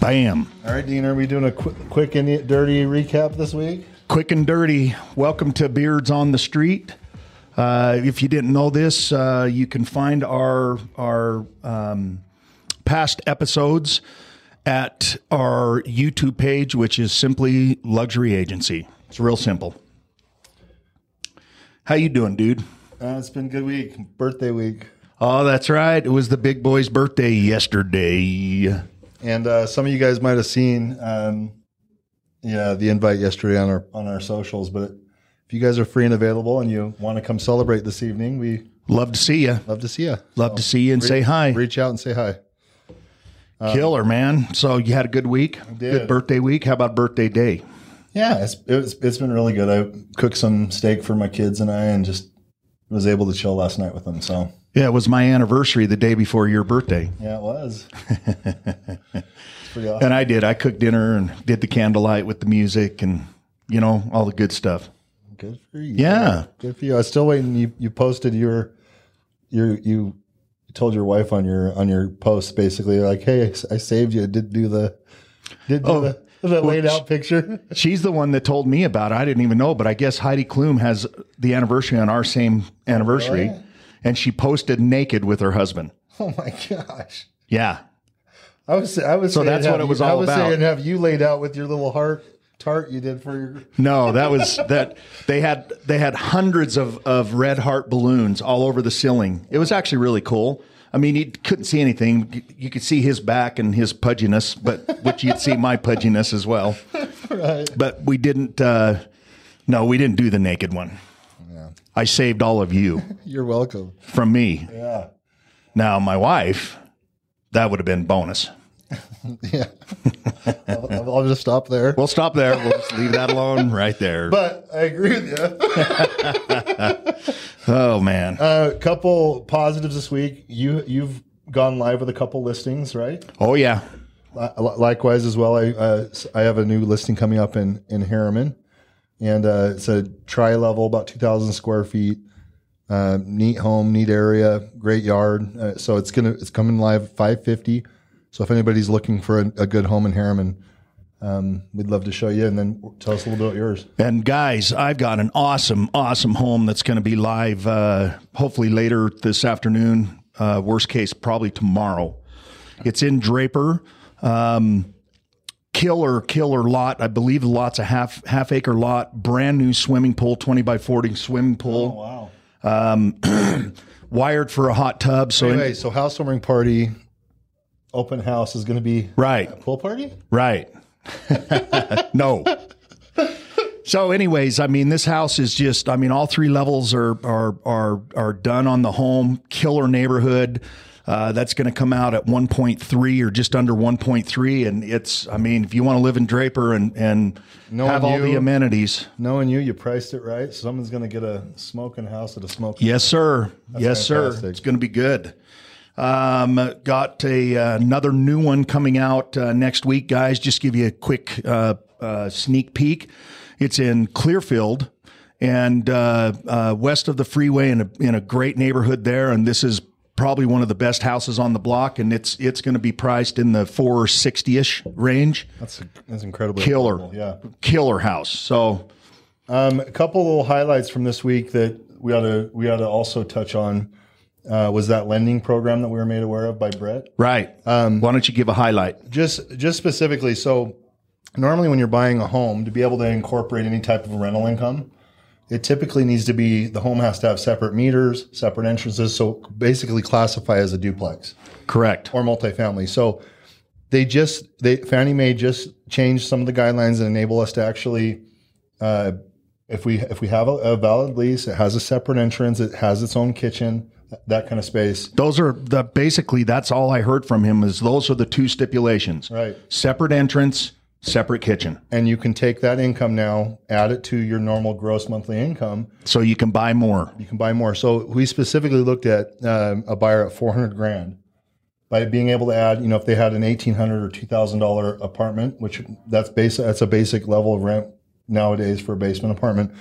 Bam. All right, Dean, are we doing a quick, quick and e-, dirty recap this week? Quick and dirty. Welcome to Beards on the Street. Uh, if you didn't know this, uh, you can find our our um, past episodes at our YouTube page, which is simply Luxury Agency. It's real simple. How you doing, dude? Uh, it's been a good week, birthday week, Oh, that's right. It was the big boy's birthday yesterday. and uh, some of you guys might have seen, um, yeah, the invite yesterday on our on our socials. But if you guys are free and available, and you want to come celebrate this evening, we Love to see you. love to see you. Love to see you and say hi. Reach out and say hi. Killer, man. So you had a good week? Good birthday week. How about birthday day? Yeah, it's it's, it's been really good. I cooked some steak for my kids and I, and just was able to chill last night with them. So Yeah, it was my anniversary the day before your birthday. yeah, it was. it's pretty awesome. And I did. I cooked dinner and did the candlelight with the music and, you know, all the good stuff. Good for you. Yeah. Good for you. I was still waiting. You you posted your your you told your wife on your on your post basically like, hey, I saved you. I did do the did Oh. do the, the laid out picture. She's the one that told me about it. I didn't even know, but I guess Heidi Klum has the anniversary on our same anniversary. And she posted naked with her husband. oh my gosh. Yeah. I was I was so that's what it was I all was about. saying have you laid out with your little heart tart you did for your No, that was that they had they had hundreds of of red heart balloons all over the ceiling. It was actually really cool. I mean, you couldn't see anything. You could see his back and his pudginess, but which you'd see my pudginess as well. right. But we didn't. Uh, no, we didn't do the naked one. I saved all of you You're welcome. from me. Yeah. Now my wife, that would have been bonus. Yeah. I'll, I'll- I'll just stop there. We'll stop there. We'll just leave that alone right there. but I agree with you. oh man. A Uh, couple positives this week. You you've gone live with a couple listings, right? Oh yeah. Li- likewise as well i uh, i have a new listing coming up in in harriman and uh it's a tri level about 2000 square feet uh, neat home neat area great yard uh, so it's gonna it's coming live 550 so if anybody's looking for a, a good home in harriman um, we'd love to show you and then tell us a little bit about yours And guys, I've got an awesome, awesome home that's going to be live uh, hopefully later this afternoon. Uh, worst case, probably tomorrow. It's in Draper. Um, killer, killer lot. I believe the lot's a half half acre lot. Brand new swimming pool, twenty by forty swimming pool, Um, wow wired for a hot tub. So in- anyway so housewarming party open house is gonna be right, pool party Right. no. So, anyways, I mean, this house is just, I mean, all three levels are are are are done on the home. Killer neighborhood. Uh, that's going to come out at 1.3 or just under 1.3, and it's. I mean, if you want to live in Draper and and Knowing have all you- the amenities, knowing you you priced it right someone's gonna get a smoking house at a smoking yes, sir, yes, sir, fantastic. it's going to be good. Um, got a uh, another new one coming out uh, next week, guys. Just give you a quick uh, uh, sneak peek. It's in Clearfield and uh, uh, west of the freeway in a in a great neighborhood there. And this is probably one of the best houses on the block. And it's it's going to be priced in the four sixty ish range. That's that's incredibly Killer, affordable, Yeah. killer house. So Um, a couple little highlights from this week that we ought to we ought to also touch on uh, was that lending program that we were made aware of by Brett. right. Um, Why don't you give a highlight? Just just specifically, so normally when you're buying a home, to be able to incorporate any type of rental income, it typically needs to be the home has to have separate meters, separate entrances, so basically classify as a duplex. Correct. or multifamily. So they just they Fannie Mae just changed some of the guidelines and enable us to actually, uh, if we if we have a, a valid lease, it has a separate entrance, it has its own kitchen, that kind of space. Those are the basically that's all I heard from him is those are the two stipulations. Right. Separate entrance, separate kitchen. And you can take that income now, add it to your normal gross monthly income. So you can buy more. You can buy more. So we specifically looked at um, a buyer at four hundred grand. By being able to add, you know, if they had an eighteen hundred or two thousand dollar apartment, which that's basic, that's a basic level of rent nowadays for a basement apartment.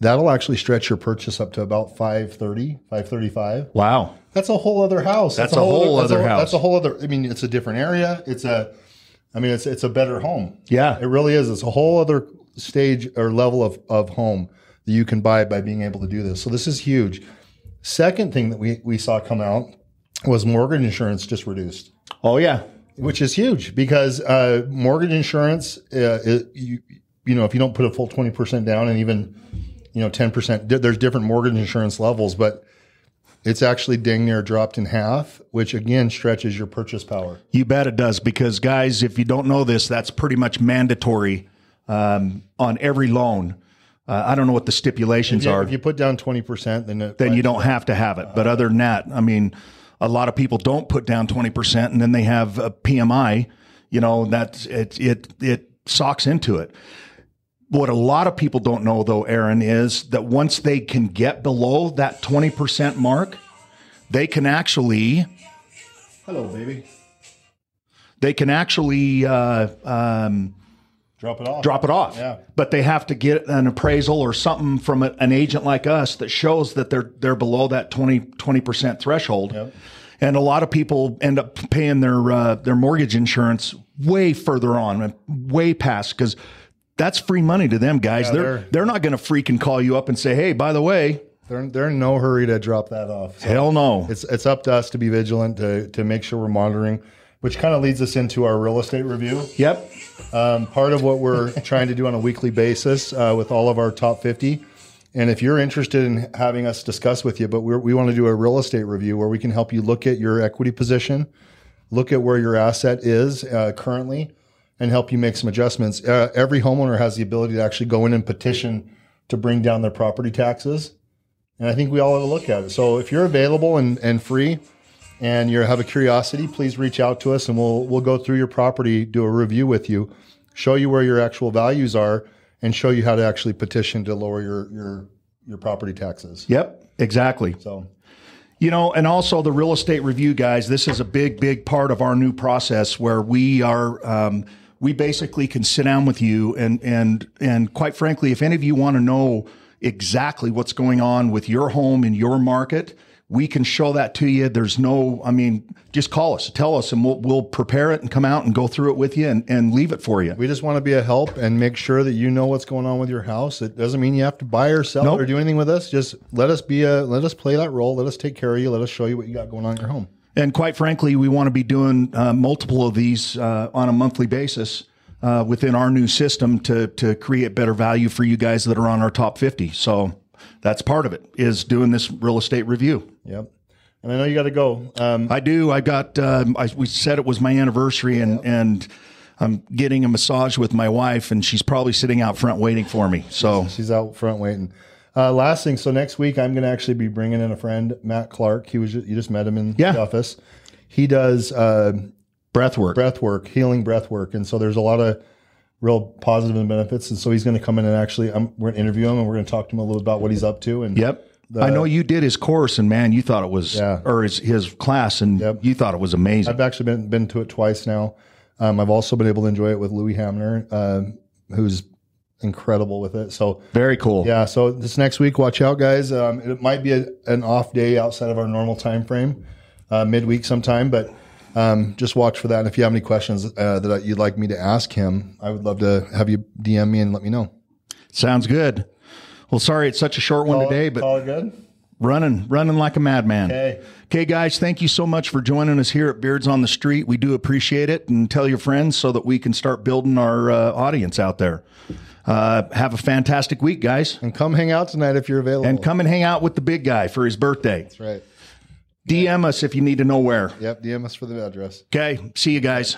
That'll actually stretch your purchase up to about 530, 535. Wow. That's a whole other house. That's a whole that's a other house. That's a whole other. I mean, it's a different area. It's a I mean, it's it's a better home. Yeah. It really is. It's a whole other stage or level of, of home that you can buy by being able to do this. So this is huge. Second thing that we, we saw come out was mortgage insurance just reduced, Oh yeah. which is huge because uh, mortgage insurance, uh, it, you, you know, if you don't put a full 20% down and even, you know, 10%, there- there's different mortgage insurance levels, but it's actually dang near dropped in half, which again stretches your purchase power. You bet it does. Because, guys, if you don't know this, that's pretty much mandatory um, on every loan. Uh, I don't know what the stipulations Yeah, are. if you put down 20%, then, it, then you don't have to have it. But other than that, I mean, a lot of people don't put down 20% and then they have a PMI, you know, that's it, it, it socks into it. What a lot of people don't know though, Aaron, is that once they can get below that 20% mark, they can actually, Hello, baby. they can actually, uh, Drop it off. drop it off. Yeah. But they have to get an appraisal or something from a, an agent like us that shows that they're they're below that 20 percent threshold. And a lot of people end up paying their uh, their mortgage insurance way further on, and way past because that's free money to them guys. they're, they're they're- not going to freaking call you up and say, "Hey, by the way, They're, they're in no hurry to drop that off. So hell no." it's it's up to us to be vigilant to to make sure we're monitoring, which kind of leads us into our real estate review. Yep. Um, part of what we're trying to do on a weekly basis uh, with all of our top fifty. And if you're interested in having us discuss with you, but we're, we want to do a real estate review where we can help you look at your equity position, look at where your asset is uh, currently, and help you make some adjustments. Uh, every homeowner has the ability to actually go in and petition to bring down their property taxes. And I think we all ought to look at it. So if you're available and, and free and you have a curiosity, please reach out to us and we'll we'll go through your property, do a review with you, show you where your actual values are, and show you how to actually petition to lower your your your property taxes. Yep. Exactly. So You know, and also the real estate review guys, this is a big, big part of our new process where we are, um, we basically can sit down with you and, and, and quite frankly, if any of you want to know exactly what's going on with your home in your market, we can show that to you. There's no, I mean, just call us, tell us, and we'll, we'll prepare it and come out and go through it with you and, and leave it for you. we just want to be a help and make sure that you know what's going on with your house. It doesn't mean you have to buy or sell Nope. or do anything with us. Just let us be a let us play that role. Let us take care of you. Let us show you what you got going on in your home. And quite frankly, we want to be doing uh, multiple of these uh, on a monthly basis uh, within our new system to to create better value for you guys that are on our top fifty. So that's part of it is doing this real estate review. Yep. And I know you got to go. Um, I do. I got. Um, I, we said it was my anniversary, and and I'm getting a massage with my wife, and she's probably sitting out front waiting for me. So She's out front waiting. Uh, last thing, so next week I'm going to actually be bringing in a friend, Matt Clark. He was ju- you just met him in Yeah. the office. He does uh, breath work. breath work, healing breath work, and so there's a lot of real positive and benefits. And so he's going to come in and actually i we're going to interview him and we're going to talk to him a little about what he's up to. And Yep. I know you did his course, and man, you thought it was, Yeah. or his, his class, and you thought it was amazing. I've actually been been to it twice now. Um, I've also been able to enjoy it with Louis Hamner, um, who's incredible with it. So Very cool. Yeah, so this next week, watch out, guys. Um, it might be a, an off day outside of our normal time frame, uh, midweek sometime, but um, just watch for that. And if you have any questions uh, that you'd like me to ask him, I would love to have you DM me and let me know. Sounds good. Well, sorry it's such a short one today, but all good. running, running like a madman. Okay. Okay, guys, thank you so much for joining us here at Beards on the Street. We do appreciate it, and tell your friends so that we can start building our uh, audience out there. Uh, have a fantastic week, guys, And come hang out tonight if you're available. and come and hang out with the big guy for his birthday. That's right. DM us if you need to know where. Yep. DM us for the address. Okay, see you guys.